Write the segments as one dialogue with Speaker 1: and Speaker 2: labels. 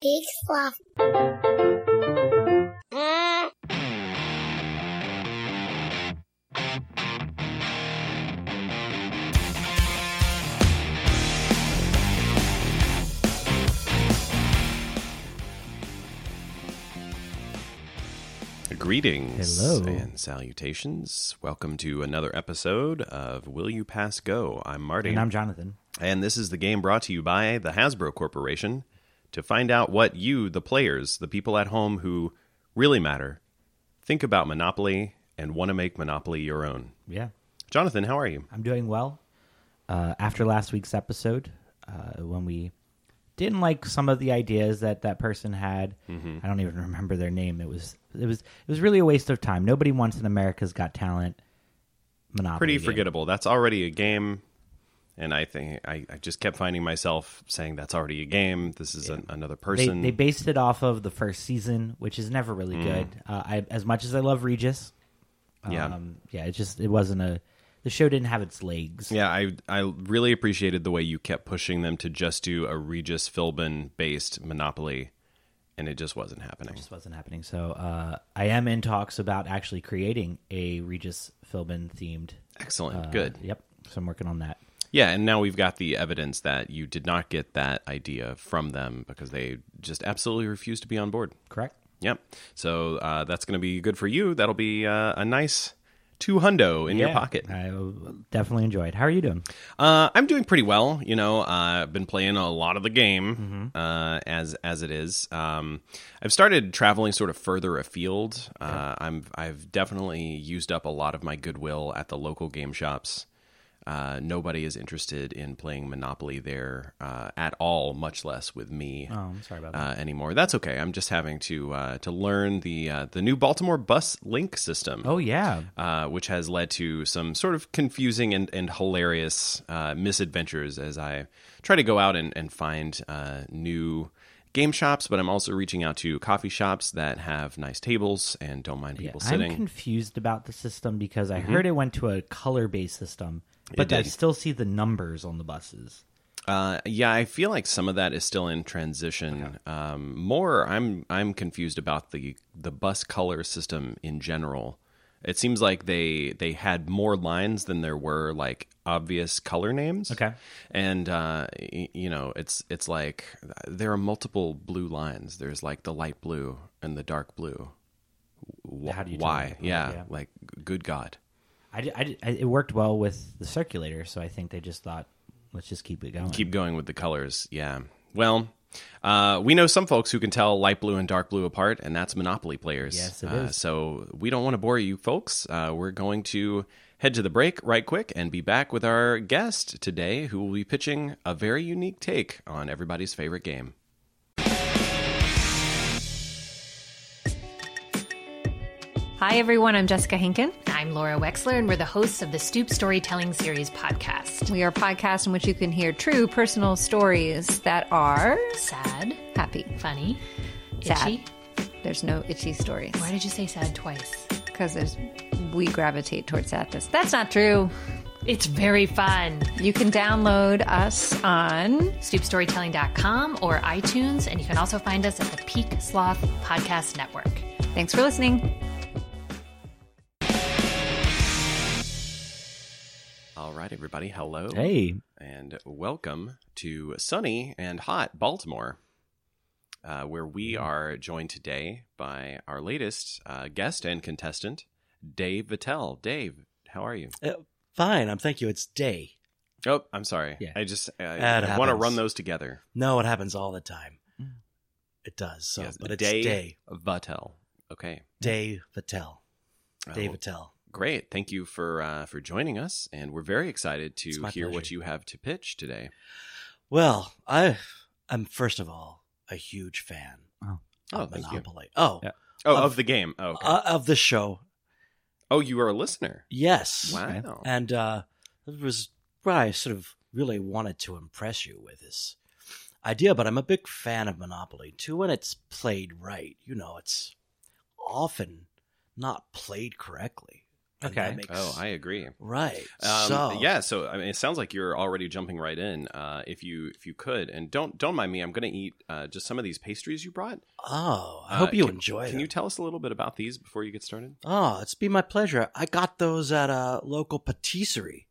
Speaker 1: Big sloth. Mm.
Speaker 2: Greetings
Speaker 3: Hello.
Speaker 2: and salutations. Welcome to another episode of Will You Pass Go? I'm Marty.
Speaker 3: And I'm Jonathan.
Speaker 2: And this is the game brought to you by the Hasbro Corporation. To find out what you, the players, the people at home who really matter, think about Monopoly and want to make Monopoly your own.
Speaker 3: Yeah,
Speaker 2: Jonathan, how are you?
Speaker 3: I'm doing well. Uh, after last week's episode, uh, when we didn't like some of the ideas that that person had,
Speaker 2: Mm-hmm.
Speaker 3: I don't even remember their name. It was it was it was really a waste of time. Nobody wants an America's Got Talent monopoly.
Speaker 2: Pretty
Speaker 3: game.
Speaker 2: forgettable. That's already a game. And I think I, I just kept finding myself saying that's already a game. This is an, another
Speaker 3: They,
Speaker 2: person. Mm.
Speaker 3: they based it off of the first season, which is never really good. Uh, I, as much as I love Regis,
Speaker 2: Yeah.
Speaker 3: um, yeah, it just it wasn't a the show didn't have its legs.
Speaker 2: Yeah, I I really appreciated the way you kept pushing them to just do a Regis Philbin based Monopoly, and it just wasn't happening.
Speaker 3: just wasn't happening. So uh, I am in talks about actually creating a Regis Philbin themed.
Speaker 2: Excellent,
Speaker 3: uh,
Speaker 2: good.
Speaker 3: Yep. So I'm working on that.
Speaker 2: Yeah, and now we've got the evidence that you did not get that idea from them because they just absolutely refused to be on board.
Speaker 3: Correct.
Speaker 2: Yep. So uh, that's going to be good for you. That'll be uh, a nice two hundo in your pocket.
Speaker 3: I will definitely enjoyed. How are you doing?
Speaker 2: Uh, I'm doing pretty well. You know, uh, I've been playing a lot of the game uh, as as it is. Um, I've started traveling sort of further afield. Uh, I'm I've definitely used up a lot of my goodwill at the local game shops. Uh, nobody is interested in playing Monopoly there uh, at all, much less with me
Speaker 3: Oh, I'm sorry about that.
Speaker 2: uh, anymore. That's okay. I'm just having to uh, to learn the uh, the new Baltimore bus link system
Speaker 3: oh yeah.
Speaker 2: uh, which has led to some sort of confusing and, and hilarious uh, misadventures as I try to go out and, and find uh, new game shops, but I'm also reaching out to coffee shops that have nice tables and don't mind people sitting. Mm-hmm.
Speaker 3: I'm confused about the system because I heard it went to a color based system, but I
Speaker 2: did.
Speaker 3: still see the numbers on the buses.
Speaker 2: Uh, yeah, I feel like some of that is still in transition. Um, more, I'm I'm confused about the the bus color system in general. It seems like they they had more lines than there were like obvious color names.
Speaker 3: Okay.
Speaker 2: and uh, y- you know it's it's like there are multiple blue lines. There's like the light blue and the dark blue. Wh-
Speaker 3: How do you tell
Speaker 2: why?
Speaker 3: them apart?
Speaker 2: Yeah,
Speaker 3: Yeah.
Speaker 2: like g- good God.
Speaker 3: I, di- I, di- I- it worked well with the circulator, so I think they just thought, let's just keep it going.
Speaker 2: keep going with the colors. Yeah. Well, uh, we know some folks who can tell light blue and dark blue apart, and that's Monopoly players.
Speaker 3: Yes, it
Speaker 2: uh,
Speaker 3: is.
Speaker 2: So we don't want to bore you folks. Uh, we're going to head to the break right quick and be back with our guest today, who will be pitching a very unique take on everybody's favorite game.
Speaker 4: Hi, everyone. I'm Jessica Hinken. I'm Laura Wexler, and we're the hosts of the Stoop Storytelling Series podcast.
Speaker 5: We are a podcast in which you can hear true personal stories that are
Speaker 4: Sad,
Speaker 5: happy.
Speaker 4: funny, itchy.
Speaker 5: Sad. There's no itchy stories
Speaker 4: Why did you say sad twice?
Speaker 5: because there's we gravitate towards sadness. That's not true.
Speaker 4: It's very fun.
Speaker 5: You can download us on
Speaker 4: StoopStorytelling.com or iTunes, and you can also find us at the Peak Sloth Podcast Network.
Speaker 5: Thanks for listening.
Speaker 2: All right, everybody. Hello.
Speaker 3: Hey,
Speaker 2: and welcome to sunny and hot Baltimore, uh, where we are joined today by our latest uh, guest and contestant, Dave Vittel. Dave, how are you?
Speaker 6: Uh, fine, I'm thank you. It's day.
Speaker 2: Oh, I'm sorry.
Speaker 3: Yeah.
Speaker 2: I just
Speaker 6: That
Speaker 2: I want to
Speaker 6: happens.
Speaker 2: run those together.
Speaker 6: No, it happens all the time. It does. So,
Speaker 2: Mm. Yes,
Speaker 6: but it's
Speaker 2: Dave
Speaker 6: day.
Speaker 2: Vittel. Okay,
Speaker 6: Day Vittel.
Speaker 2: Uh,
Speaker 6: Day
Speaker 2: well,
Speaker 6: Vittel.
Speaker 2: great. Thank you for uh, for joining us, and we're very excited to
Speaker 6: It's
Speaker 2: hear
Speaker 6: my
Speaker 2: what
Speaker 6: pleasure.
Speaker 2: you have to pitch today.
Speaker 6: Well, I, I'm first of all a huge fan.
Speaker 3: Oh.
Speaker 2: Oh,
Speaker 6: of
Speaker 2: thank you.
Speaker 6: Monopoly. Oh,
Speaker 3: Yeah.
Speaker 2: Oh,
Speaker 6: Of-
Speaker 2: of, the game. Oh, okay.
Speaker 6: uh, of the show.
Speaker 2: oh, you are a listener.
Speaker 6: Yes.
Speaker 2: Wow.
Speaker 6: And uh, it was where I sort of really wanted to impress you with this idea, but I'm a big fan of Monopoly too when it's played right. You know, it's often not played correctly. And
Speaker 3: Okay.
Speaker 6: that makes-
Speaker 2: Oh, I agree.
Speaker 6: right.
Speaker 2: Um,
Speaker 6: so
Speaker 2: yeah, so I mean, it sounds like you're already jumping right in. Uh, if you if you could, and don't don't mind me, I'm going to eat uh, just some of these pastries you brought.
Speaker 6: Oh, I
Speaker 2: Uh,
Speaker 6: hope you
Speaker 2: can-
Speaker 6: enjoy
Speaker 2: Can
Speaker 6: them.
Speaker 2: you tell us a little bit about these before you get started?
Speaker 6: Oh, it's been my pleasure. I got those at a local patisserie,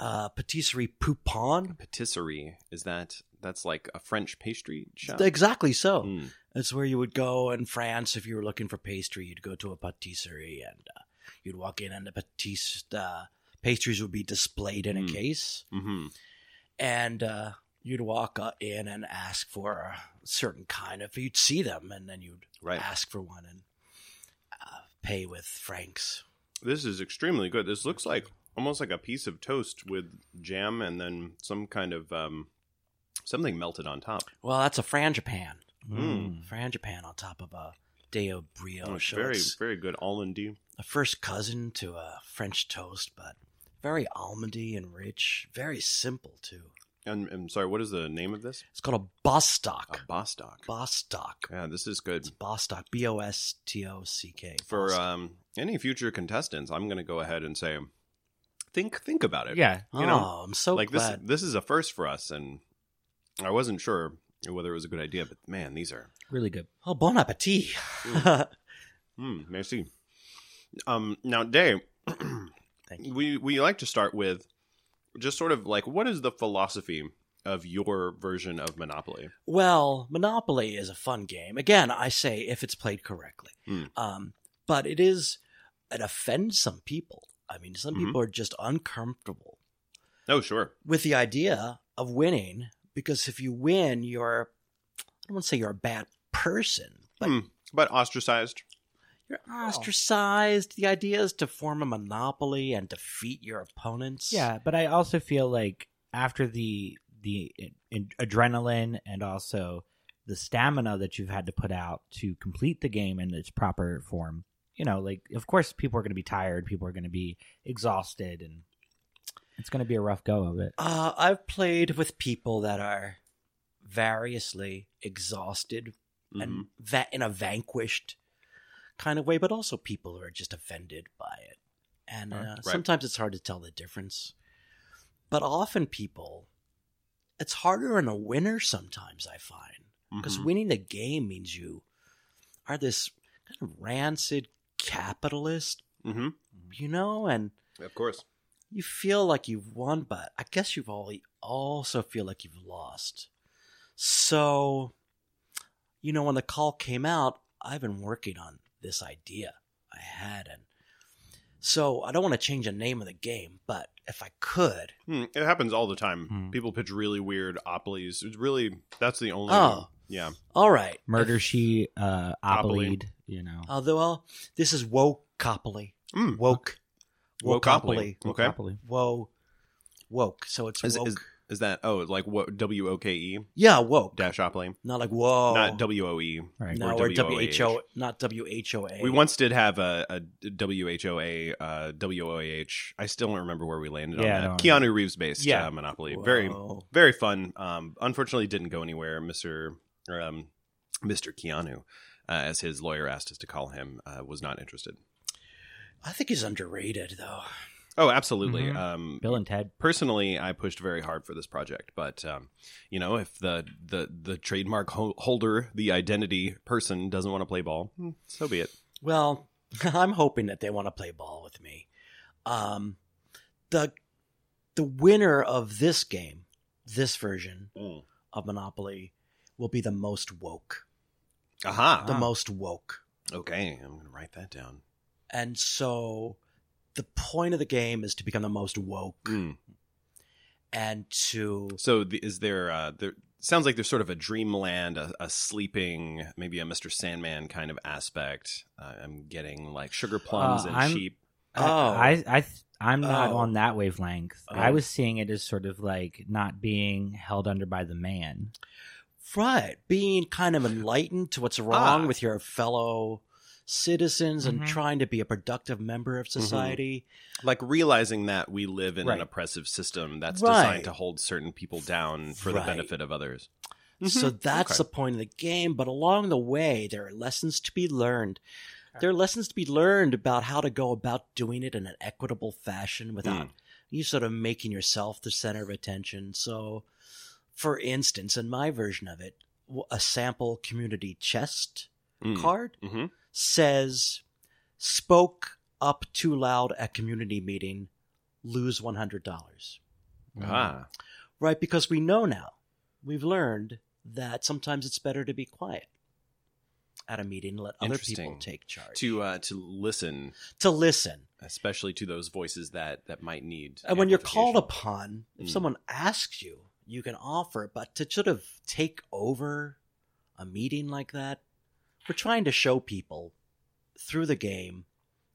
Speaker 6: uh, patisserie Poupon.
Speaker 2: Patisserie is that that's like a French pastry shop.
Speaker 6: Exactly so.
Speaker 2: Hmm.
Speaker 6: It's where you would go in France if you were looking for pastry. You'd go to a patisserie and uh, you'd walk in, and the patis- uh, pastries would be displayed in a
Speaker 2: Mm.
Speaker 6: case.
Speaker 2: Mhm.
Speaker 6: And uh, you'd walk uh, in and ask for a certain kind of. You'd see them, and then you'd
Speaker 2: Right.
Speaker 6: ask for one and uh, pay with francs.
Speaker 2: This is extremely good. This looks like almost like a piece of toast with jam and then some kind of um, something melted on top.
Speaker 6: Well, that's a frangipan.
Speaker 2: Mm.
Speaker 6: Frangipan on top of a deo brioche.
Speaker 2: Oh, it's
Speaker 6: so
Speaker 2: Mm, very
Speaker 6: it's
Speaker 2: very good almondy.
Speaker 6: a first cousin to a French toast, but very almondy and rich. Very simple too.
Speaker 2: And I'm sorry, what is the name of this?
Speaker 6: It's called a Bostock.
Speaker 2: A Bostock.
Speaker 6: Bostock.
Speaker 2: Yeah, this is good.
Speaker 6: It's Bostock. B O S T O C K.
Speaker 2: For
Speaker 6: Bostock.
Speaker 2: um, any future contestants, I'm going to go ahead and say, think think about it.
Speaker 3: Yeah.
Speaker 2: you know,
Speaker 6: oh, I'm so
Speaker 2: like
Speaker 6: glad.
Speaker 2: this this is a first for us, and I wasn't sure whether it was a good idea, but man, these are
Speaker 3: Really good.
Speaker 6: Oh, bon appetit.
Speaker 2: Mm, merci. Um, now, Dave,
Speaker 6: Thank
Speaker 2: we we like to start with just sort of like what is the philosophy of your version of Monopoly?
Speaker 6: Well, Monopoly is a fun game. Again, I say if it's played correctly.
Speaker 2: Hmm.
Speaker 6: Um, but it is, it offends some people. I mean, some
Speaker 2: Mhm.
Speaker 6: people are just uncomfortable
Speaker 2: Oh, sure,
Speaker 6: with the idea of winning because if you win, you're, I don't want to say you're a bad person, but
Speaker 2: Hmm, but ostracized.
Speaker 6: you're ostracized. The idea is to form a monopoly and defeat your opponents.
Speaker 3: Yeah, but I also feel like after the the in- adrenaline and also the stamina that you've had to put out to complete the game in its proper form, you know, like of course people are going to be tired, people are going to be exhausted, and it's going to be a rough go of it.
Speaker 6: Uh, I've played with people that are variously exhausted
Speaker 2: Mm-hmm.
Speaker 6: and that in a vanquished kind of way, but also people who are just offended by it. And uh,
Speaker 2: Right.
Speaker 6: sometimes it's hard to tell the difference. But often people, it's harder in a winner sometimes, I find. Because
Speaker 2: Mhm.
Speaker 6: winning the game means you are this kind of rancid capitalist,
Speaker 2: Mhm.
Speaker 6: you know, and
Speaker 2: Of course,
Speaker 6: you feel like you've won, but I guess you've all also feel like you've lost. So, you know, when the call came out, I've been working on this idea I had, and so I don't want to change the name of the game, but if I could,
Speaker 2: Hmm, it happens all the time.
Speaker 3: Hmm.
Speaker 2: People pitch really weird oppolies. It's really that's the only.
Speaker 6: Oh.
Speaker 2: yeah,
Speaker 6: all right,
Speaker 3: Murder she uh,
Speaker 2: Opoly.
Speaker 3: opolied, you know.
Speaker 6: Although well, this is wokeopoly,
Speaker 2: Mm.
Speaker 6: woke,
Speaker 2: Wokeopoly. Okay.
Speaker 3: Opoly.
Speaker 6: wo, woke. So it's
Speaker 2: Is,
Speaker 6: woke.
Speaker 2: is is that oh like what W O K E
Speaker 6: yeah, woke,
Speaker 2: dash opoly,
Speaker 6: not like whoa,
Speaker 2: not W O E.
Speaker 3: Right.
Speaker 6: no,
Speaker 2: or
Speaker 6: or WHO,
Speaker 2: WHOH.
Speaker 6: not WHOA.
Speaker 2: We once did have a, a WHOA, uh, WOAH. I still don't remember where we landed
Speaker 3: Yeah, I
Speaker 2: on that.
Speaker 3: don't
Speaker 2: Keanu Reeves based
Speaker 3: Yeah.
Speaker 2: uh, Monopoly.
Speaker 6: Whoa.
Speaker 2: Very, very fun. Um, unfortunately, didn't go anywhere. Mr. Um, Mr. Keanu, uh, as his lawyer asked us to call him, uh, was not interested.
Speaker 6: I think he's underrated though.
Speaker 2: Oh, absolutely.
Speaker 3: Mhm.
Speaker 2: Um,
Speaker 3: Bill and Ted.
Speaker 2: personally i pushed very hard for this project but um, you know if the the the trademark ho- holder the identity person doesn't want to play ball hmm, so be it
Speaker 6: Well, I'm hoping that they want to play ball with me. Um, the the winner of this game, this version of Monopoly, will be the most woke.
Speaker 2: aha
Speaker 6: The
Speaker 3: Ah.
Speaker 6: most woke.
Speaker 2: okay i'm gonna write that down
Speaker 6: And so the point of the game is to become the most woke
Speaker 2: Mm.
Speaker 6: and to
Speaker 2: so the, is there uh there sounds like there's sort of a dreamland a, a sleeping maybe a mr sandman kind of aspect uh, i'm getting like sugar plums
Speaker 3: Uh,
Speaker 2: and
Speaker 3: I'm-
Speaker 2: sheep
Speaker 3: I-
Speaker 6: Oh.
Speaker 3: I, I, th- I'm not
Speaker 6: Oh.
Speaker 3: on that wavelength.
Speaker 6: Oh.
Speaker 3: I was seeing it as sort of like not being held under by the man.
Speaker 6: right, being kind of enlightened to what's wrong
Speaker 2: Ah.
Speaker 6: with your fellow citizens
Speaker 3: Mhm.
Speaker 2: Mm-hmm.
Speaker 6: and trying to be a productive member of society.
Speaker 2: like realizing that we live in
Speaker 3: Right.
Speaker 2: an oppressive system that's
Speaker 6: Right.
Speaker 2: designed to hold certain people down for the
Speaker 6: Right.
Speaker 2: benefit of others
Speaker 6: So that's
Speaker 2: Mm-hmm. Okay.
Speaker 6: the point of the game. But along the way, there are lessons to be learned. There are lessons to be learned about how to go about doing it in an equitable fashion without
Speaker 2: Mm.
Speaker 6: you sort of making yourself the center of attention. So, for instance, in my version of it, w- a sample community chest card
Speaker 2: hmm
Speaker 6: says, spoke up too loud at community meeting, lose $100
Speaker 2: Ah,
Speaker 6: right? Because we know now, we've learned that sometimes it's better to be quiet at a meeting, let other people
Speaker 2: Interesting.
Speaker 6: take charge, to,
Speaker 2: to uh, to listen,
Speaker 6: listen.
Speaker 2: especially to those voices that that might need.
Speaker 6: And when you're called
Speaker 2: amplification.
Speaker 6: upon, if
Speaker 2: Mm.
Speaker 6: someone asks you, you can offer, but to sort of take over a meeting like that, we're trying to show people through the game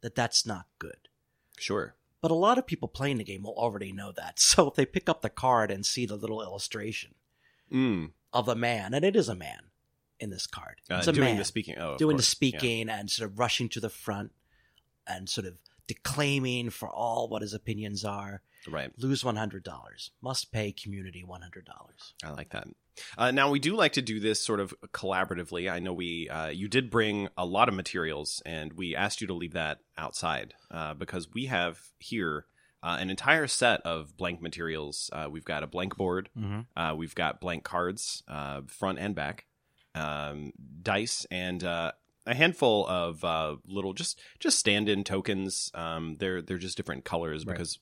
Speaker 6: that that's not good.
Speaker 2: sure.
Speaker 6: But a lot of people playing the game will already know that. So if they pick up the card and see the little illustration
Speaker 2: Mm.
Speaker 6: of a man, and it is a man in this card.
Speaker 2: Uh,
Speaker 6: It's a
Speaker 2: doing
Speaker 6: man
Speaker 2: the speaking. Oh, of
Speaker 6: doing the
Speaker 2: course. Yeah.
Speaker 6: speaking and sort of rushing to the front and sort of declaiming for all what his opinions are.
Speaker 2: Right.
Speaker 6: Lose one hundred dollars. Must pay community one hundred dollars.
Speaker 2: I like that. Uh, now we do like to do this sort of collaboratively. I know we uh, you did bring a lot of materials, and we asked you to leave that outside uh, because we have here uh, an entire set of blank materials. Uh, we've got a blank board,
Speaker 3: Mhm.
Speaker 2: uh, we've got blank cards, uh, front and back, um, dice, and uh, a handful of uh, little just just stand-in tokens. Um, they're they're just different colors
Speaker 3: Right.
Speaker 2: because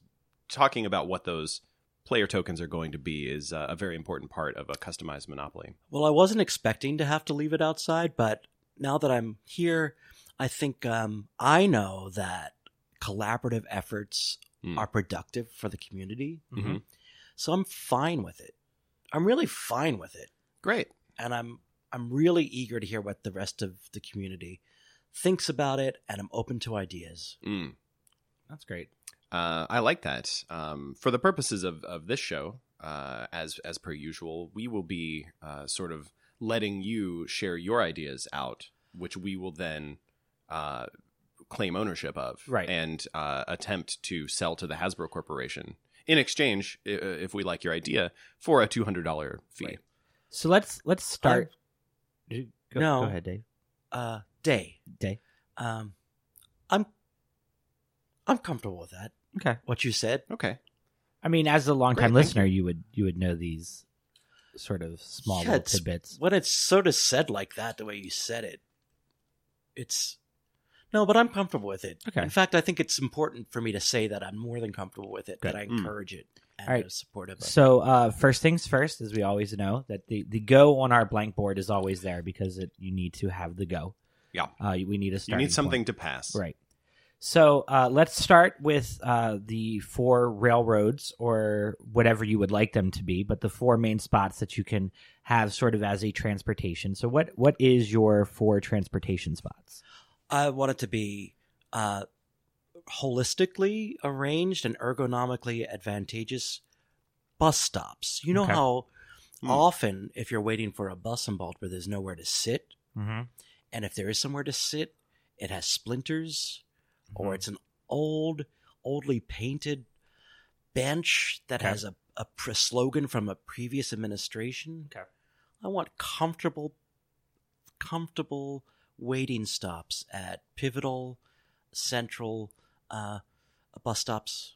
Speaker 2: talking about what those player tokens are going to be is uh, a very important part of a customized Monopoly.
Speaker 6: Well, I wasn't expecting to have to leave it outside, but now that I'm here, I think um, I know that collaborative efforts
Speaker 2: Mm.
Speaker 6: are productive for the community.
Speaker 2: Mhm.
Speaker 6: So I'm fine with it. I'm really fine with it.
Speaker 2: Great.
Speaker 6: and I'm I'm really eager to hear what the rest of the community thinks about it, and I'm open to ideas.
Speaker 2: Mm.
Speaker 3: That's great.
Speaker 2: Uh, I like that. Um, for the purposes of, of this show, uh, as as per usual, we will be uh, sort of letting you share your ideas out, which we will then uh, claim ownership of,
Speaker 3: Right.
Speaker 2: and uh, attempt to sell to the Hasbro Corporation in exchange, i- if we like your idea, for a two hundred dollar fee.
Speaker 3: Right. So let's let's start. Um, Go,
Speaker 6: No.
Speaker 3: go ahead, Dave.
Speaker 6: Uh, Day,
Speaker 3: Dave.
Speaker 6: um, I'm I'm comfortable with that.
Speaker 3: Okay.
Speaker 6: What you said,
Speaker 2: Okay.
Speaker 3: I mean, as a
Speaker 2: Great,
Speaker 3: longtime
Speaker 2: thank
Speaker 3: listener, you. would you would know these sort of small
Speaker 6: Yeah,
Speaker 3: little
Speaker 6: it's-
Speaker 3: tidbits.
Speaker 6: when it's sort of said like that, the way you said it, it's no, but I'm comfortable with it.
Speaker 3: Okay.
Speaker 6: In fact, I think it's important for me to say that I'm more than comfortable with it.
Speaker 3: Good.
Speaker 6: That I
Speaker 2: Mm.
Speaker 6: encourage it and
Speaker 3: All right.
Speaker 6: I'm supportive of. it.
Speaker 3: So uh, first things first, as we always know, that the, the go on our blank board is always there because it, you need to have the go.
Speaker 2: Yeah.
Speaker 3: Uh, we need a
Speaker 2: You
Speaker 3: starting
Speaker 2: need something
Speaker 3: point.
Speaker 2: to pass.
Speaker 3: right. So uh, let's start with uh, the four railroads or whatever you would like them to be, but the four main spots that you can have sort of as a transportation. So what what is your four transportation spots?
Speaker 6: I want it to be uh, holistically arranged and ergonomically advantageous bus stops. You know
Speaker 3: Okay.
Speaker 6: how
Speaker 2: Hmm.
Speaker 6: often, if you're waiting for a bus in Baltimore, there's nowhere to sit,
Speaker 3: Mm-hmm.
Speaker 6: and if there is somewhere to sit, it has splinters, or it's an old, oldly painted bench that
Speaker 3: Okay.
Speaker 6: has a, a pre- slogan from a previous administration.
Speaker 3: Okay.
Speaker 6: I want comfortable, comfortable waiting stops at pivotal, central uh, bus stops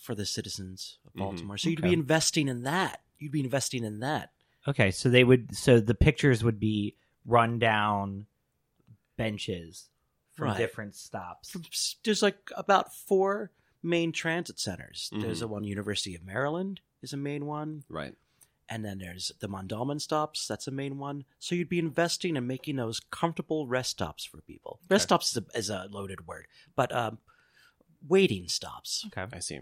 Speaker 6: for the citizens of
Speaker 2: Mhm.
Speaker 6: Baltimore. So you'd
Speaker 3: Mm-hmm. Okay.
Speaker 6: be investing in that. You'd be investing in that.
Speaker 3: Okay, so they would so the pictures would be run down benches from
Speaker 6: Right.
Speaker 3: different stops.
Speaker 6: There's like about four main transit centers.
Speaker 2: Mhm.
Speaker 6: There's
Speaker 3: Mm-hmm.
Speaker 6: the one University of Maryland is a main one,
Speaker 2: Right.
Speaker 6: and then there's the Mondalman stops. That's a main one. So you'd be investing in making those comfortable rest stops for people. Rest stops is a, is a loaded word, but um, waiting stops.
Speaker 3: Okay.
Speaker 2: I see.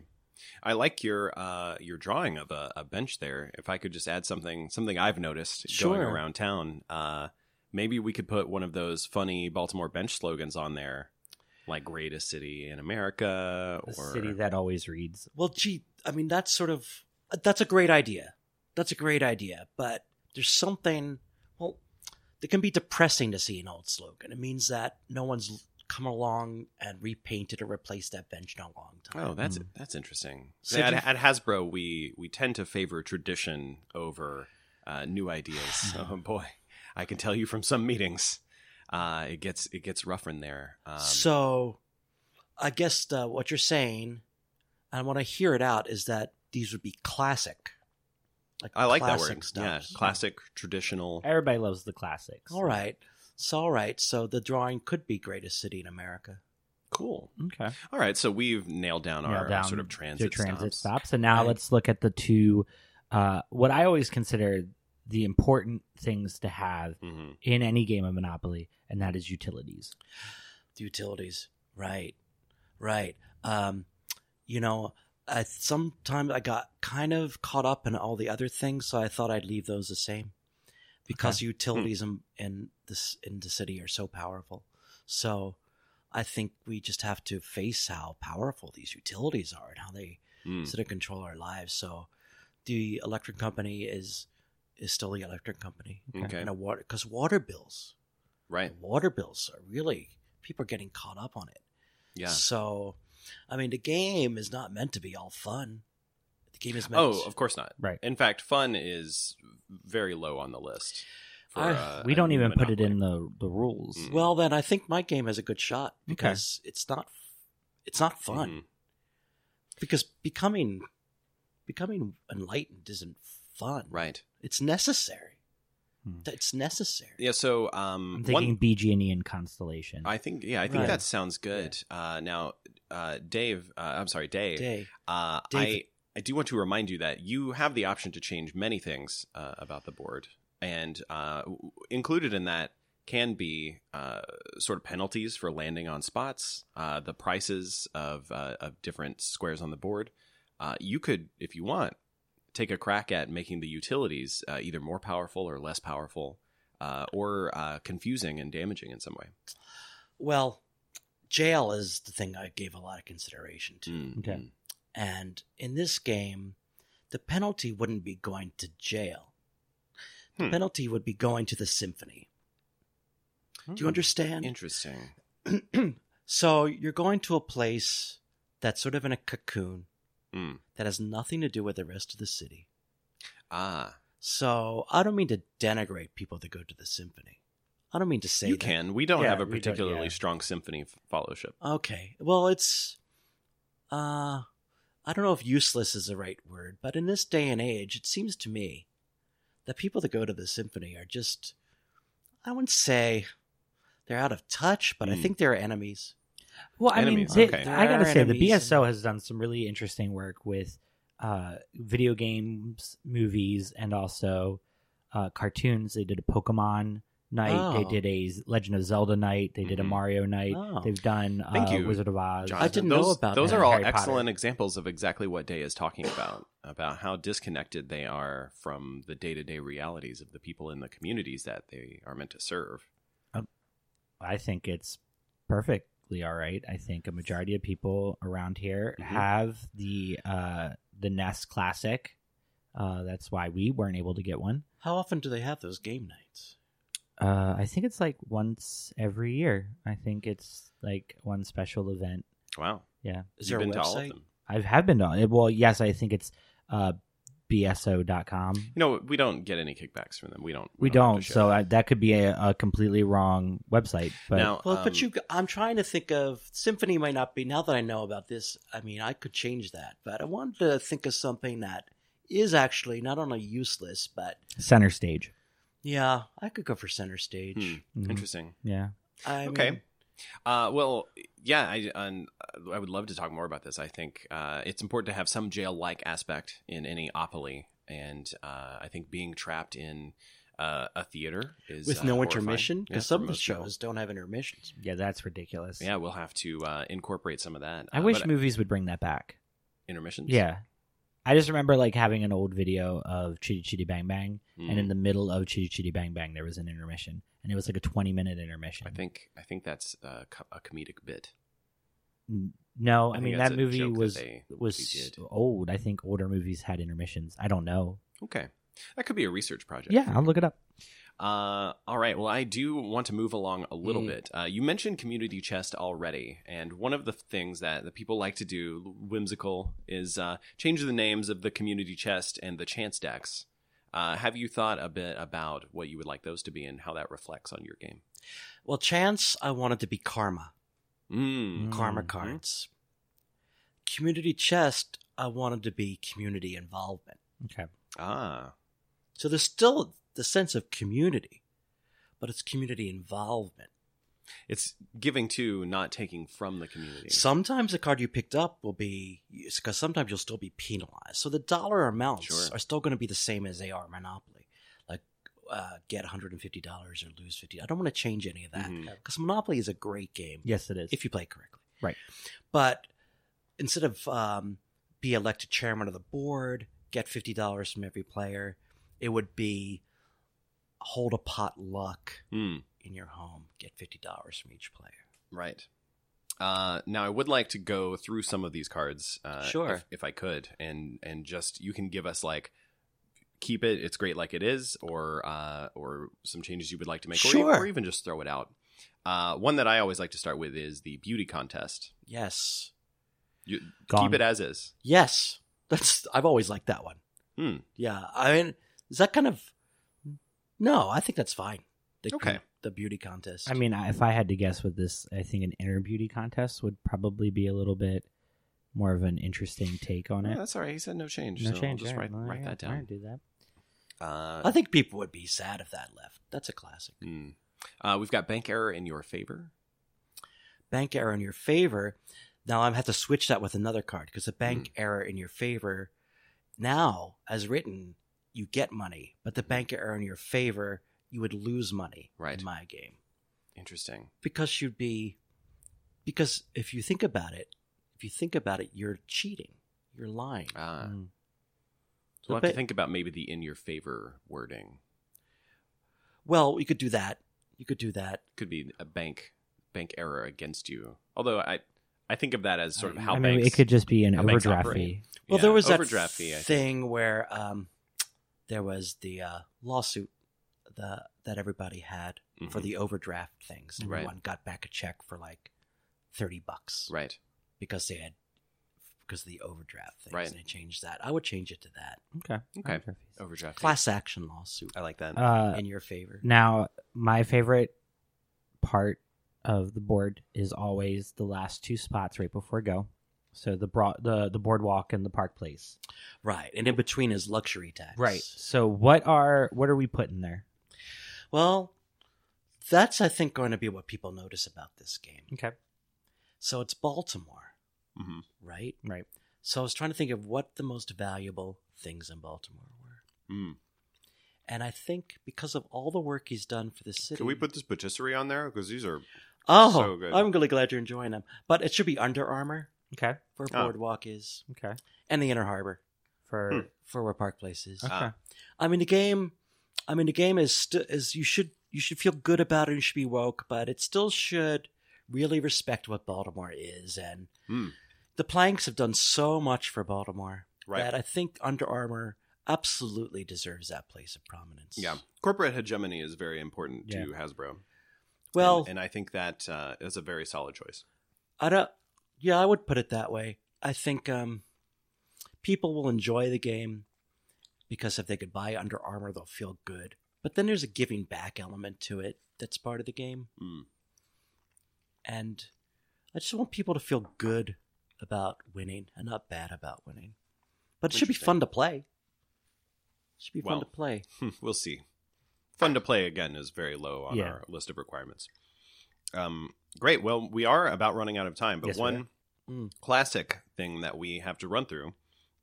Speaker 2: I like your uh, your drawing of a, a bench there. If I could just add something something I've noticed going
Speaker 6: Sure.
Speaker 2: around town, uh, maybe we could put one of those funny Baltimore bench slogans on there, like "Greatest City in America"
Speaker 3: The
Speaker 2: or
Speaker 3: city that always reads.
Speaker 6: Well, gee, I mean that's sort of that's a great idea. That's a great idea, but there's something well that can be depressing to see an old slogan. It means that no one's come along and repainted or replaced that bench in a long time.
Speaker 2: Oh,
Speaker 3: Hmm.
Speaker 2: that's that's interesting.
Speaker 6: So
Speaker 2: at,
Speaker 6: do you-
Speaker 2: at Hasbro, we we tend to favor tradition over uh, new ideas. oh boy, I can tell you from some meetings. uh, it gets it gets rough in there. Um,
Speaker 6: so, I guess uh, what you're saying, and I want to hear it out, is that these would be classic. Like
Speaker 2: I like that
Speaker 6: classic
Speaker 2: word.
Speaker 6: stuff.
Speaker 2: Yeah, classic, traditional.
Speaker 3: Everybody loves the classics.
Speaker 6: All right. So, all right. So the drawing could be greatest city in America.
Speaker 2: Cool.
Speaker 3: Okay.
Speaker 2: All right, so we've nailed down
Speaker 3: Nail
Speaker 2: our, our
Speaker 3: down
Speaker 2: sort of
Speaker 3: your
Speaker 2: transit,
Speaker 3: transit
Speaker 2: stops.
Speaker 3: stops. And now
Speaker 6: Right.
Speaker 3: let's look at the two. Uh, what I always consider the important things to have
Speaker 2: Mhm.
Speaker 3: in any game of Monopoly, and that is utilities.
Speaker 6: The utilities. Right. Right. Um, you know, I, sometimes I got kind of caught up in all the other things, so I thought I'd leave those the same because utilities in, in this in the city are so powerful. So I think we just have to face how powerful these utilities are and how they
Speaker 2: Mm.
Speaker 6: sort of control our lives. So the electric company is is still the electric company,
Speaker 2: Okay.
Speaker 6: and a water because water bills,
Speaker 2: Right.
Speaker 6: water bills are really people are getting caught up on it.
Speaker 2: Yeah.
Speaker 6: So, I mean, the game is not meant to be all fun. The game is meant.
Speaker 2: Oh, of course not.
Speaker 3: Right.
Speaker 2: In fact, fun is very low on the list. For,
Speaker 6: I-
Speaker 2: uh,
Speaker 3: Ah, we
Speaker 2: a
Speaker 3: don't
Speaker 2: new
Speaker 3: even put it
Speaker 2: Monopoly.
Speaker 3: in the the rules.
Speaker 2: Mm.
Speaker 6: well, then I think my game has a good shot because it's not. It's not fun
Speaker 2: Mhm.
Speaker 6: because becoming, becoming enlightened isn't fun.
Speaker 2: Right.
Speaker 6: It's necessary.
Speaker 3: Hmm.
Speaker 6: It's necessary.
Speaker 2: Yeah. So
Speaker 3: I'm
Speaker 2: um,
Speaker 3: thinking
Speaker 2: one,
Speaker 3: BG&E and Constellation.
Speaker 2: I think yeah, I think
Speaker 6: Right.
Speaker 2: that sounds good. Uh, now, uh, Dave, uh, I'm sorry, Dave.
Speaker 6: Day.
Speaker 2: Uh, I
Speaker 6: Dave.
Speaker 2: I do want to remind you that you have the option to change many things uh, about the board, and uh, w- included in that can be uh, sort of penalties for landing on spots, uh, the prices of uh, of different squares on the board. Uh, you could, if you want, take a crack at making the utilities uh, either more powerful or less powerful. Uh, or uh, confusing and damaging in some way.
Speaker 6: Well, jail is the thing I gave a lot of consideration to.
Speaker 2: Mm,
Speaker 3: Okay.
Speaker 2: mm.
Speaker 6: And in this game, the penalty wouldn't be going to jail. The
Speaker 2: Hmm.
Speaker 6: penalty would be going to the symphony.
Speaker 3: Hmm.
Speaker 6: Do
Speaker 2: Hmm.
Speaker 6: you understand?
Speaker 2: Interesting.
Speaker 6: so you're going to a place that's sort of in a cocoon
Speaker 2: Mm.
Speaker 6: that has nothing to do with the rest of the city.
Speaker 2: Ah,
Speaker 6: So I don't mean to denigrate people that go to the symphony. I don't mean to say
Speaker 2: you
Speaker 6: that.
Speaker 2: can. We don't
Speaker 3: Yeah,
Speaker 2: have a
Speaker 3: we don't-
Speaker 2: particularly
Speaker 3: yeah.
Speaker 2: strong symphony f- fellowship.
Speaker 6: Okay. Well, it's uh I don't know if useless is the right word, but in this day and age, it seems to me that people that go to the symphony are just I wouldn't say they're out of touch, but I
Speaker 2: Hmm.
Speaker 6: think they're enemies.
Speaker 3: Well, I
Speaker 2: Enemies,
Speaker 3: mean,
Speaker 2: okay.
Speaker 3: they, I gotta
Speaker 6: They're
Speaker 3: say the
Speaker 6: enemies.
Speaker 3: BSO has done some really interesting work with uh, video games, movies, and also uh, cartoons. They did a Pokemon night. They
Speaker 6: Oh.
Speaker 3: did a Legend of Zelda night. They did a
Speaker 2: Mhm.
Speaker 3: Mario night.
Speaker 6: Oh.
Speaker 3: They've done uh,
Speaker 2: Thank you,
Speaker 3: Wizard of Oz.
Speaker 2: Jonathan.
Speaker 6: I didn't
Speaker 2: those,
Speaker 6: know about
Speaker 2: those
Speaker 3: that.
Speaker 2: are all
Speaker 3: Harry Potter.
Speaker 2: excellent examples of exactly what Day is talking about, about how disconnected they are from the day to day realities of the people in the communities that they are meant to serve.
Speaker 3: I think it's perfectly all right. I think a majority of people around here
Speaker 2: Mhm.
Speaker 3: have the uh, the NES Classic. Uh, that's why we weren't able to get one.
Speaker 6: How often do they have those game nights?
Speaker 3: Uh, I think it's like once every year. I think it's like one special event.
Speaker 2: Wow.
Speaker 3: Yeah,
Speaker 6: Is
Speaker 2: You've
Speaker 6: there a
Speaker 2: been to all of
Speaker 6: website?
Speaker 2: them.
Speaker 3: I have been to. Well, yes, I think it's uh, bso.com.
Speaker 2: You know, we don't get any kickbacks from them. We don't.
Speaker 3: We
Speaker 2: have
Speaker 3: don't,
Speaker 2: to share.
Speaker 3: so I, that could be a, a completely wrong website. But
Speaker 2: now,
Speaker 6: Well,
Speaker 2: um,
Speaker 6: but you, I'm trying to think of symphony might not be. Now that I know about this, I mean, I could change that, but I wanted to think of something that is actually not only useless, but
Speaker 3: center stage.
Speaker 6: yeah, I could go for center stage.
Speaker 2: Hmm.
Speaker 3: Mhm.
Speaker 2: Interesting.
Speaker 3: Yeah.
Speaker 6: I
Speaker 2: Hmm. Okay.
Speaker 6: mean,
Speaker 2: Uh, well, yeah, I and uh, I would love to talk more about this. I think uh, it's important to have some jail-like aspect in any opoly, and uh, I think being trapped in uh, a theater is
Speaker 6: with
Speaker 2: uh,
Speaker 6: no
Speaker 2: horrifying.
Speaker 6: intermission
Speaker 2: Yeah,
Speaker 6: because some
Speaker 2: for
Speaker 6: of the
Speaker 2: most people.
Speaker 6: shows don't have intermissions.
Speaker 3: Yeah, that's ridiculous.
Speaker 2: Yeah, we'll have to uh, incorporate some of that.
Speaker 3: I
Speaker 2: Uh,
Speaker 3: wish
Speaker 2: but
Speaker 3: movies would bring that back.
Speaker 2: intermissions.
Speaker 3: Yeah. I just remember like having an old video of Chitty Chitty Bang Bang, and
Speaker 2: Mm.
Speaker 3: in the middle of Chitty Chitty Bang Bang, there was an intermission, and it was like a twenty-minute intermission.
Speaker 2: I think I think that's a, co- a comedic bit.
Speaker 3: N- No,
Speaker 2: I
Speaker 3: I,
Speaker 2: think
Speaker 3: mean
Speaker 2: that's
Speaker 3: that
Speaker 2: a
Speaker 3: movie
Speaker 2: joke that
Speaker 3: was
Speaker 2: they- they
Speaker 3: was
Speaker 2: did.
Speaker 3: old. I think older movies had intermissions. I don't know.
Speaker 2: Okay, that could be a research project.
Speaker 3: Yeah, I'll look it up.
Speaker 2: Uh, all right. Well, I do want to move along a little bit. Uh, you mentioned community chest already, and one of the things that the people like to do, whimsical, is uh, change the names of the community chest and the chance decks. Uh, have you thought a bit about what you would like those to be and how that reflects on your game?
Speaker 6: Well, chance I wanted to be karma,
Speaker 2: Mm.
Speaker 6: karma
Speaker 3: Mhm.
Speaker 6: cards. Community chest I wanted to be community involvement.
Speaker 3: Okay.
Speaker 2: Ah,
Speaker 6: So there's still the sense of community, but it's community involvement.
Speaker 2: it's giving to, not taking from the community.
Speaker 6: Sometimes the card you picked up will be because sometimes you'll still be penalized. So the dollar amounts
Speaker 2: Sure.
Speaker 6: are still going to be the same as they are in Monopoly. Like uh, get one hundred and fifty dollars or lose fifty. I don't want to change any of that
Speaker 2: Mhm.
Speaker 6: because Monopoly is a great game
Speaker 3: Yes, it is.
Speaker 6: if you play correctly.
Speaker 3: Right.
Speaker 6: But instead of um, be elected chairman of the board, get fifty dollars from every player, it would be hold a pot luck
Speaker 2: Mm,
Speaker 6: in your home, get fifty dollars from each player.
Speaker 2: right. Uh, now I would like to go through some of these cards, uh,
Speaker 6: Sure.
Speaker 2: if, if I could, and and just you can give us like keep it, it's great like it is, or uh, or some changes you would like to make, or,
Speaker 6: Sure.
Speaker 2: even, or even just throw it out. Uh, one that I always like to start with is the beauty contest.
Speaker 6: Yes.
Speaker 2: You, keep
Speaker 3: Gone.
Speaker 2: it as is.
Speaker 6: Yes, that's I've always liked that one.
Speaker 2: Hmm.
Speaker 6: Yeah, I mean, is that kind of no? I think that's fine. The,
Speaker 2: Okay.
Speaker 6: the beauty contest.
Speaker 3: I mean, I- if I had to guess with this, I think an inner beauty contest would probably be a little bit more of an interesting take on
Speaker 2: Yeah,
Speaker 3: it.
Speaker 2: that's all right. He said no change.
Speaker 3: no
Speaker 2: so
Speaker 3: change.
Speaker 2: I'll just
Speaker 3: all right.
Speaker 2: write,
Speaker 3: Well,
Speaker 2: write
Speaker 3: yeah,
Speaker 2: that
Speaker 3: all
Speaker 2: down.
Speaker 3: right, do that.
Speaker 2: Uh,
Speaker 6: I think people would be sad if that left. That's a classic.
Speaker 2: mm. Uh, we've got bank error in your favor.
Speaker 6: Bank error in your favor. Now I have to switch that with another card because a bank error in your favor. Now, as written, you get money, but the bank error in your favor, you would lose money.
Speaker 2: Right.
Speaker 6: In my game.
Speaker 2: Interesting.
Speaker 6: because you'd be because if you think about it if you think about it you're cheating you're lying
Speaker 2: Uh,
Speaker 3: Mm.
Speaker 2: so we'll have
Speaker 6: But-
Speaker 2: to think about maybe the in your favor wording.
Speaker 6: well you could do that you could do that
Speaker 2: Could be a bank bank error against you. Although I I think of that as sort of how
Speaker 3: I mean,
Speaker 2: banks.
Speaker 3: it could just be an
Speaker 2: how banks
Speaker 3: overdraft
Speaker 2: operate.
Speaker 3: fee.
Speaker 6: well
Speaker 2: yeah,
Speaker 6: there was that
Speaker 2: overdraft fee. I think.
Speaker 6: thing where um there was the uh, lawsuit the that everybody had for
Speaker 2: Mhm.
Speaker 6: the overdraft things
Speaker 2: Right.
Speaker 6: everyone got back a check for like 30 bucks
Speaker 2: Right.
Speaker 6: because they had because of the overdraft things
Speaker 2: Right.
Speaker 6: and they changed that i would change it to that
Speaker 3: Okay.
Speaker 2: Okay. Oh.
Speaker 3: Overdraft fees.
Speaker 2: Overdraft. fee.
Speaker 6: Mm. class action lawsuit
Speaker 2: I like that.
Speaker 3: Uh,
Speaker 6: in your favor
Speaker 3: Now, my favorite part of the board is always the last two spots right before go. So the broad, the the boardwalk and the park place.
Speaker 6: Right, and in between is luxury tax.
Speaker 3: So what are what are we putting there?
Speaker 6: Well, that's I think going to be what people notice about this game.
Speaker 3: Okay.
Speaker 6: So it's Baltimore,
Speaker 2: Mhm.
Speaker 6: right?
Speaker 3: Right.
Speaker 6: So I was trying to think of what the most valuable things in Baltimore were,
Speaker 2: Mm.
Speaker 6: and I think because of all the work he's done for the city,
Speaker 2: Can we put this patisserie on there? Because these are
Speaker 6: Oh,
Speaker 2: so good.
Speaker 6: I'm really glad you're enjoying them. But it should be Under Armour
Speaker 3: Okay.
Speaker 6: for
Speaker 2: Ah.
Speaker 6: Boardwalk is,
Speaker 3: Okay.
Speaker 6: and the Inner Harbor
Speaker 3: For
Speaker 2: Hmm.
Speaker 3: uh,
Speaker 6: for where Park Place is.
Speaker 3: okay.
Speaker 2: Ah.
Speaker 6: I mean, the game. I mean, the game is st- is you should you should feel good about it. You should be woke, but it still should really respect what Baltimore is. And
Speaker 2: Hmm.
Speaker 6: the Planks have done so much for Baltimore
Speaker 2: Right.
Speaker 6: that I think Under Armour absolutely deserves that place of prominence.
Speaker 2: yeah. Corporate hegemony is very important
Speaker 3: Yeah.
Speaker 2: to Hasbro.
Speaker 6: Well,
Speaker 2: and, and I think that uh, is a very solid choice.
Speaker 6: I don't. Yeah, I would put it that way. I think um, people will enjoy the game because if they could buy Under Armour, they'll feel good. But then there's a giving back element to it that's part of the game.
Speaker 2: Mm.
Speaker 6: and I just want people to feel good about winning and not bad about winning. But it should be
Speaker 2: Interesting.
Speaker 6: fun to play. It should be
Speaker 2: Well.
Speaker 6: fun to play.
Speaker 2: Hmm, we'll see. Fun to play again is very low on
Speaker 3: Yeah.
Speaker 2: our list of requirements. Um, great. Well, we are about running out of time, but
Speaker 3: Yes, we Hmm.
Speaker 2: one
Speaker 6: are. Mm.
Speaker 2: classic thing that we have to run through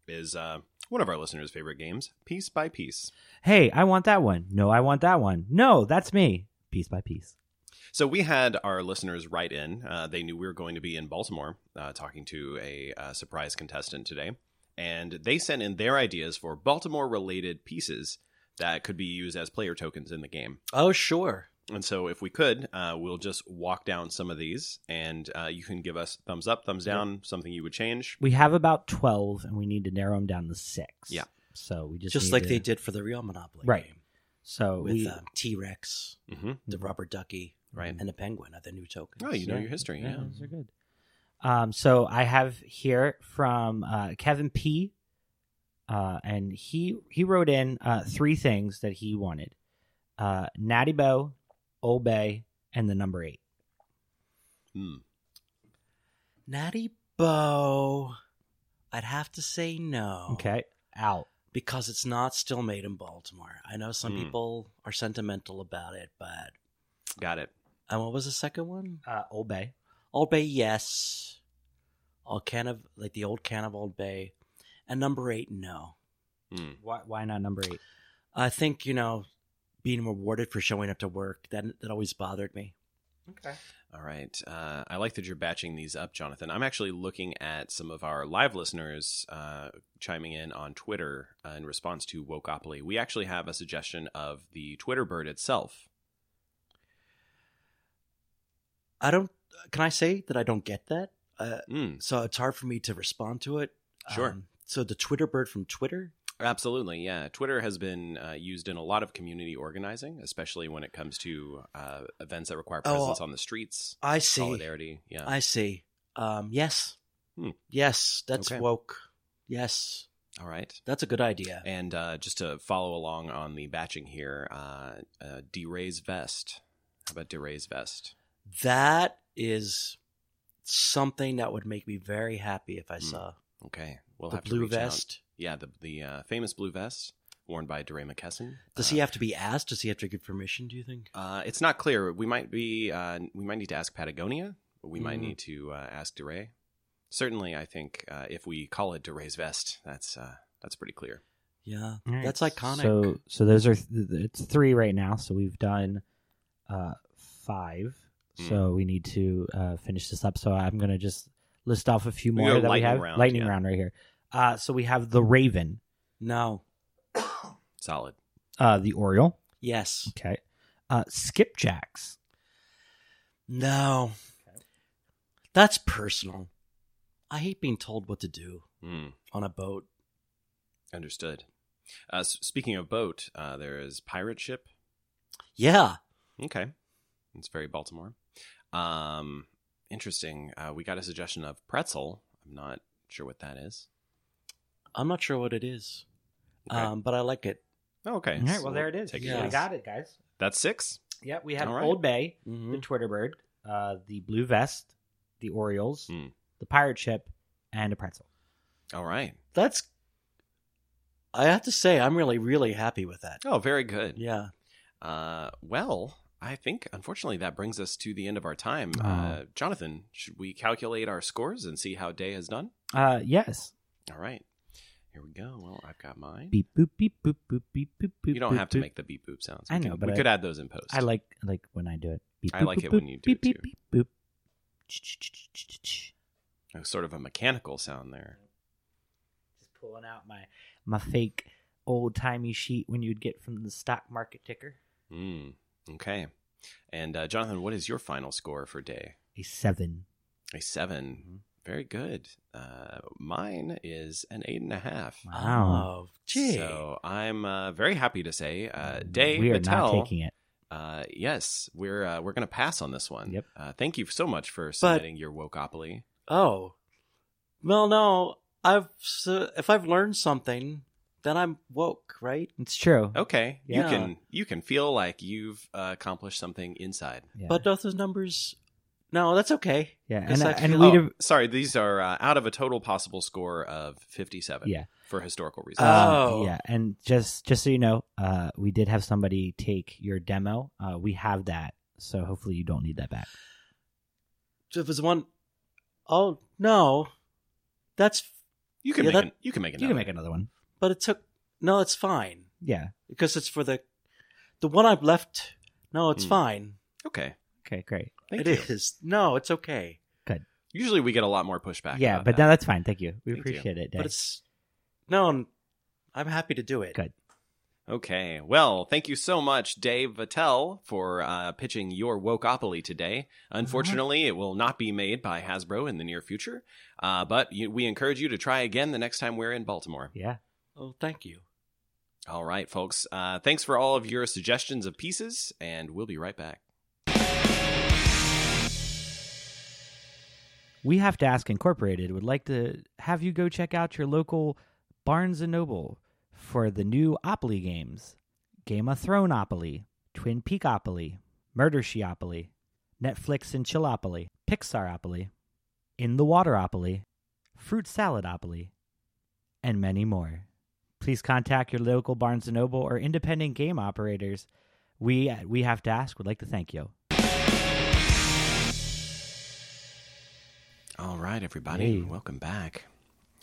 Speaker 2: is uh, one of our listeners' favorite games, piece by piece.
Speaker 3: Hey, I want that one. No, I want that one. No, that's me. Piece by piece.
Speaker 2: So we had our listeners write in. Uh, they knew we were going to be in Baltimore uh, talking to a uh, surprise contestant today, and they sent in their ideas for Baltimore-related pieces that could be used as player tokens in the game.
Speaker 6: Oh, sure.
Speaker 2: And so, if we could, uh, we'll just walk down some of these, and uh, you can give us thumbs up, thumbs down, something you would change.
Speaker 3: We have about twelve, and we need to narrow them down to six.
Speaker 2: Yeah.
Speaker 3: So we just
Speaker 6: Just,
Speaker 3: need
Speaker 6: like
Speaker 3: to-
Speaker 6: they did for the real Monopoly
Speaker 3: Right.
Speaker 6: game
Speaker 3: So
Speaker 6: with
Speaker 3: we
Speaker 2: uh,
Speaker 6: um, T Rex,
Speaker 2: Mm-hmm.
Speaker 6: the rubber ducky,
Speaker 2: Right.
Speaker 6: and the penguin are the new tokens.
Speaker 2: Oh, you know your history. Yeah.
Speaker 3: those are good. Um, so I have here from uh, Kevin P. uh, and he he wrote in uh, three things that he wanted: uh, Natty Bow, Old Bay, and the number eight.
Speaker 2: Hmm.
Speaker 6: Natty Bo, I'd have to say
Speaker 2: Oh.
Speaker 6: no.
Speaker 3: Okay, out.
Speaker 6: Because it's not still made in Baltimore. I know some
Speaker 2: Hmm.
Speaker 6: people are sentimental about it, but.
Speaker 2: Got it.
Speaker 6: And what was the second one?
Speaker 3: Uh, Old Bay.
Speaker 6: Old Bay, yes. All can of like the old can of Old Bay, and number eight, no.
Speaker 2: Hmm.
Speaker 3: Why, why not number eight?
Speaker 6: I think you know, being rewarded for showing up to work that that always bothered me.
Speaker 2: All right. Uh, I like that you're batching these up, Jonathan. I'm actually looking at some of our live listeners uh, chiming in on Twitter uh, in response to Wokeopoly. We actually have a suggestion of the Twitter bird itself.
Speaker 6: I don't. Can I say that I don't get that? Uh,
Speaker 2: Mm,
Speaker 6: so it's hard for me to respond to it. Um,
Speaker 2: Sure.
Speaker 6: so the Twitter bird from Twitter.
Speaker 2: absolutely. Yeah. Twitter has been uh, used in a lot of community organizing, especially when it comes to uh, events that require
Speaker 6: Oh,
Speaker 2: presence on the streets,
Speaker 6: I see.
Speaker 2: solidarity. Yeah.
Speaker 6: I see. Um, yes.
Speaker 2: Hmm.
Speaker 6: Yes, that's
Speaker 2: Okay.
Speaker 6: woke. Yes,
Speaker 2: All right.
Speaker 6: that's a good idea.
Speaker 2: And uh, just to follow along on the batching here, uh, uh, D Ray's vest. How about D Ray's vest?
Speaker 6: That is something that would make me very happy if I
Speaker 2: Hmm.
Speaker 6: saw
Speaker 2: Okay, we'll
Speaker 6: the
Speaker 2: have to
Speaker 6: blue
Speaker 2: reach out.
Speaker 6: vest.
Speaker 2: Yeah, the the uh, famous blue vest worn by DeRay McKesson.
Speaker 6: Does
Speaker 2: uh,
Speaker 6: he have to be asked? Does he have to get permission? Do you think?
Speaker 2: Uh, it's not clear. We might be. Uh, we might need to ask Patagonia. But we might
Speaker 6: Mm.
Speaker 2: need to uh, ask DeRay. Certainly, I think uh, if we call it DeRay's vest, that's uh, that's pretty clear.
Speaker 6: Yeah,
Speaker 3: All right.
Speaker 6: that's iconic.
Speaker 3: So so those are th- th- it's three right now. So we've done uh, five.
Speaker 2: Hmm.
Speaker 3: So we need to uh, finish this up. So I'm gonna just list off a few
Speaker 2: We
Speaker 3: more
Speaker 2: go
Speaker 3: that we
Speaker 2: lightning
Speaker 3: have.
Speaker 2: round,
Speaker 3: lightning
Speaker 2: yeah.
Speaker 3: round right here. Uh, so we have the Raven,
Speaker 6: no.
Speaker 2: Solid.
Speaker 3: uh, the Oriole.
Speaker 6: Yes.
Speaker 3: Okay. Uh, skipjacks.
Speaker 6: No. That's personal. I hate being told what to do
Speaker 2: Mm,
Speaker 6: on a boat.
Speaker 2: understood. Uh, s- speaking of boat, uh, there is pirate ship.
Speaker 6: Yeah.
Speaker 2: Okay, it's very Baltimore. Um, interesting. Uh, we got a suggestion of pretzel. I'm not sure what that is.
Speaker 6: I'm not sure what it is,
Speaker 2: Okay.
Speaker 6: um, but I like it.
Speaker 2: Oh, okay.
Speaker 3: All right.
Speaker 2: So
Speaker 3: Well, there it is.
Speaker 2: take a
Speaker 6: Yeah.
Speaker 3: We
Speaker 2: guess.
Speaker 3: got it, guys.
Speaker 2: That's six.
Speaker 3: Yep. We have
Speaker 2: All right.
Speaker 3: Old Bay,
Speaker 6: Mhm.
Speaker 2: Mm-hmm. Hmm.
Speaker 3: the Twitter Bird, uh, the Blue Vest, the Orioles,
Speaker 2: Hmm.
Speaker 3: the Pirate Ship, and a pretzel.
Speaker 2: All right.
Speaker 6: That's. I have to say, I'm really, really happy with that.
Speaker 2: Oh, very good.
Speaker 6: Yeah.
Speaker 2: Uh, well, I think unfortunately that brings us to the end of our time.
Speaker 3: Oh.
Speaker 2: Uh, Jonathan, should we calculate our scores and see how Day has done?
Speaker 3: Uh, yes.
Speaker 2: All right. Here we go. Well, I've got mine.
Speaker 3: Beep boop beep boop boop beep boop. boop
Speaker 2: you don't
Speaker 3: boop,
Speaker 2: have to
Speaker 3: boop.
Speaker 2: make the beep boop sounds. We
Speaker 3: I know,
Speaker 2: could-
Speaker 3: but
Speaker 2: we
Speaker 3: I-
Speaker 2: could add those in post.
Speaker 3: I like I like when I do it. Beep,
Speaker 2: I like it when you do
Speaker 3: beep,
Speaker 2: it,
Speaker 3: Beep,
Speaker 2: too.
Speaker 3: beep, boop.
Speaker 2: It was Oh, sort of a mechanical sound there.
Speaker 3: Just pulling out my my fake old timey sheet when you'd get from the stock market ticker.
Speaker 2: Mm, okay. And uh, Jonathan, what is your final score for Day?
Speaker 3: A seven.
Speaker 2: A 7
Speaker 3: Mm-hmm.
Speaker 2: Very good. Uh, mine is an eight and a half.
Speaker 3: Wow.
Speaker 6: Oh, gee.
Speaker 2: So I'm uh, very happy to say, uh, Dave
Speaker 3: we are
Speaker 2: Patel.
Speaker 3: not taking it.
Speaker 2: Uh, yes, we're uh, we're gonna pass on this one.
Speaker 3: Yep.
Speaker 2: Uh, thank you so much for submitting your wokeopoly.
Speaker 6: Oh, well, no. I've so if I've learned something, then I'm woke, right?
Speaker 3: It's true.
Speaker 2: Okay,
Speaker 6: Yeah.
Speaker 2: you can you can feel like you've uh, accomplished something inside.
Speaker 3: Yeah.
Speaker 6: But both those numbers, no, that's okay.
Speaker 3: yeah, and,
Speaker 6: it's like-
Speaker 3: and
Speaker 2: Oh,
Speaker 3: we'd have,
Speaker 2: sorry, these are uh, out of a total possible score of fifty-seven.
Speaker 3: Yeah.
Speaker 2: for historical reasons.
Speaker 3: uh,
Speaker 6: Oh.
Speaker 3: yeah, and just just so you know, uh, we did have somebody take your demo. Uh, we have that, so hopefully you don't need that back.
Speaker 6: If it's one, oh no, that's
Speaker 2: you can
Speaker 6: yeah,
Speaker 2: make
Speaker 6: that-
Speaker 2: an, you can make another.
Speaker 3: You can make another one.
Speaker 6: but it took no, it's fine
Speaker 3: Yeah.
Speaker 6: because it's for the the one I've left. No, it's
Speaker 2: Hmm.
Speaker 6: fine.
Speaker 2: Okay,
Speaker 3: Okay. Great.
Speaker 2: thank
Speaker 6: It
Speaker 2: you.
Speaker 6: is. no, it's okay.
Speaker 2: Usually we get a lot more pushback.
Speaker 3: yeah,
Speaker 2: about
Speaker 3: but
Speaker 2: that.
Speaker 3: no, that's fine. Thank you. We
Speaker 2: Thank you.
Speaker 3: appreciate it. Dave.
Speaker 6: But it's no, I'm- I'm happy to do it.
Speaker 3: Good.
Speaker 2: Okay. Well, thank you so much, Dave Vattel, for uh, pitching your Wokeopoly today. Unfortunately, it will not be made by Hasbro in the near future, uh, but you, we encourage you to try again the next time we're in Baltimore.
Speaker 3: yeah.
Speaker 6: Oh, thank you.
Speaker 2: All right, folks. Uh, thanks for all of your suggestions of pieces, and we'll be right back.
Speaker 3: We Have to Ask Incorporated would like to have you go check out your local Barnes & Noble for the new Opoly games, Game of Throneopoly, Twin Peakopoly, Murder Sheopoly, Netflix and Chillopoly, Pixaropoly, In the Wateropoly, Fruit Saladopoly, and many more. Please contact your local Barnes & Noble or independent game operators. We at We Have to Ask would like to thank you.
Speaker 2: All right, everybody,
Speaker 3: Hey.
Speaker 2: welcome back.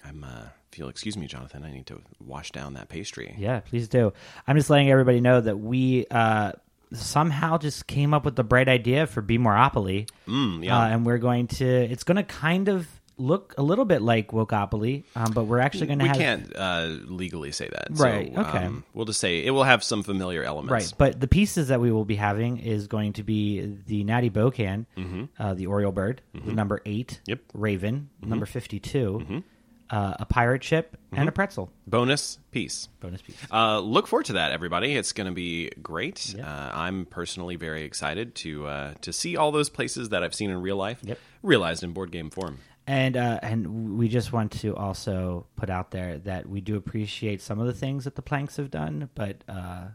Speaker 2: I'm. uh if you'll excuse me, Jonathan, I need to wash down that pastry.
Speaker 3: Yeah, please do. I'm just letting everybody know that we uh, somehow just came up with the bright idea for Be Moreopoly.
Speaker 2: Mm, yeah.
Speaker 3: Uh, and we're going to, it's going to kind of look a little bit like Wokeopoly, um, but we're actually going to
Speaker 2: we
Speaker 3: have.
Speaker 2: can't uh, legally say that.
Speaker 3: Right,
Speaker 2: So,
Speaker 3: okay.
Speaker 2: Um, we'll just say it will have some familiar elements.
Speaker 3: Right, but the pieces that we will be having is going to be the Natty Bocan, uh, the Oriole Bird, the number eight,
Speaker 2: Mm-hmm. Yep. Mm-hmm.
Speaker 3: Raven, number 52, uh, a pirate ship, and a pretzel.
Speaker 2: Bonus piece.
Speaker 3: Bonus piece.
Speaker 2: Uh, look forward to that, everybody. It's going to be great.
Speaker 3: Yeah.
Speaker 2: Uh, I'm personally very excited to uh, to see all those places that I've seen in real life
Speaker 3: Yep.
Speaker 2: realized in board game form.
Speaker 3: And uh, and we just want to also put out there that we do appreciate some of the things that the planks have done, but uh,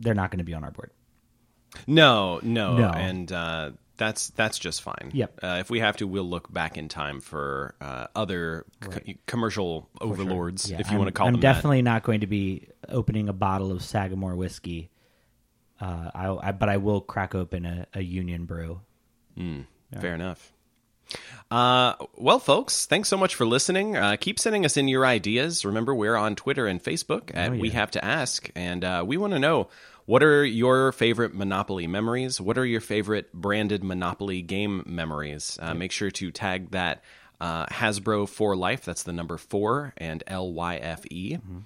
Speaker 3: they're not going to be on our board.
Speaker 2: No, no,
Speaker 3: No.
Speaker 2: and uh, that's that's just fine.
Speaker 3: Yep.
Speaker 2: Uh, if we have to, we'll look back in time for uh, other c- commercial overlords,
Speaker 3: Yeah,
Speaker 2: if you
Speaker 3: I'm-
Speaker 2: want to call
Speaker 3: I'm
Speaker 2: them. that.
Speaker 3: definitely not going to be opening a bottle of Sagamore whiskey. Uh, I, I but I will crack open a, a Union Brew.
Speaker 2: Fair enough. Uh, well, folks, thanks so much for listening. Uh, keep sending us in your ideas. Remember, we're on Twitter and Facebook
Speaker 3: Oh,
Speaker 2: at We Have to Ask, and uh, we want to know what are your favorite Monopoly memories? What are your favorite branded Monopoly game memories? Uh, Make sure to tag that uh, Hasbro for Life. That's the number four and L Y F E.
Speaker 3: Mm-hmm.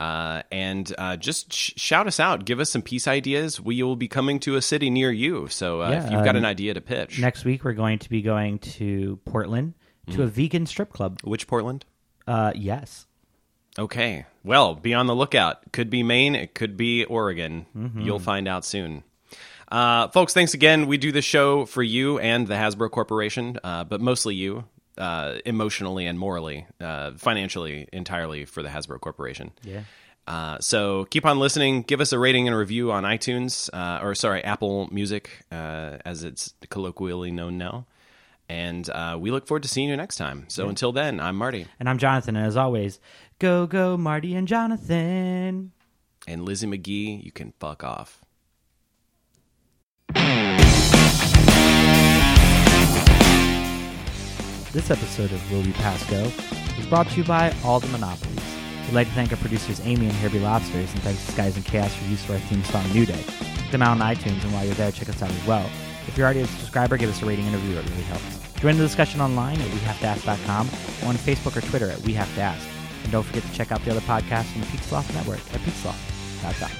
Speaker 2: Uh, and uh, just sh- shout us out. Give us some piece ideas. We will be coming to a city near you. So uh,
Speaker 3: Yeah,
Speaker 2: if you've got
Speaker 3: um,
Speaker 2: an idea to pitch.
Speaker 3: Next week we're going to be going to Portland to a
Speaker 2: Mm.
Speaker 3: vegan strip club.
Speaker 2: Which Portland?
Speaker 3: Uh, yes,
Speaker 2: Okay. Well, be on the lookout. Could be Maine, it could be Oregon. You'll find out soon. Uh, folks, thanks again. We do this show for you and the Hasbro Corporation, uh, but mostly you, uh, emotionally and morally, uh, financially, entirely for the Hasbro Corporation.
Speaker 3: Yeah.
Speaker 2: Uh, so keep on listening. Give us a rating and review on iTunes, uh, or sorry, Apple Music, uh, as it's colloquially known now. And uh, we look forward to seeing you next time. So until then, I'm Marty.
Speaker 3: and I'm Jonathan, and as always, go go Marty and Jonathan.
Speaker 2: And Lizzie McGee, you can fuck off.
Speaker 3: This episode of Will We Pass Go is brought to you by All the Monopolies. We'd like to thank our producers Amy and Herbie Lobsters and thanks to Skies and Chaos for use of our theme song New Day. Check them out on iTunes and while you're there, check us out as well. If you're already a subscriber, give us a rating and review. It really helps. Join the discussion online at WeHaveToAsk.com or on Facebook or Twitter at We Have to Ask. And don't forget to check out the other podcasts on the Pizza Loft Network at pizzaLoft.com.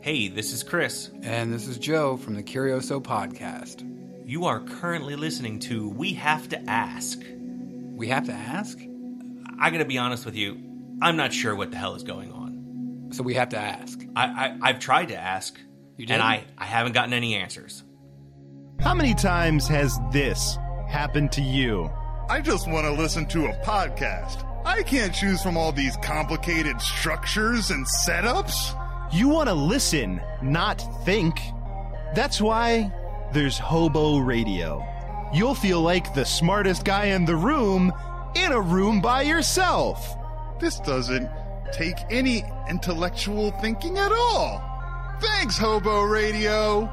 Speaker 1: Hey, this is Chris.
Speaker 7: And this is Joe from the Curioso Podcast.
Speaker 1: You are currently listening to We Have to Ask.
Speaker 7: We have to ask?
Speaker 1: I gotta be honest with you, I'm not sure what the hell is going on.
Speaker 7: So we have to ask.
Speaker 1: I, I, I've tried to ask,
Speaker 7: You did?
Speaker 1: and I, I haven't gotten any answers.
Speaker 8: How many times has this happened to you?
Speaker 9: I just want to listen to a podcast. I can't choose from all these complicated structures and setups.
Speaker 8: You want to listen, not think. That's why there's Hobo Radio. You'll feel like the smartest guy in the room in a room by yourself.
Speaker 9: This doesn't take any intellectual thinking at all. Thanks, Hobo Radio.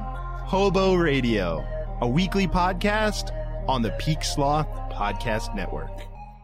Speaker 8: Hobo Radio, a weekly podcast on the Peak Sloth Podcast Network.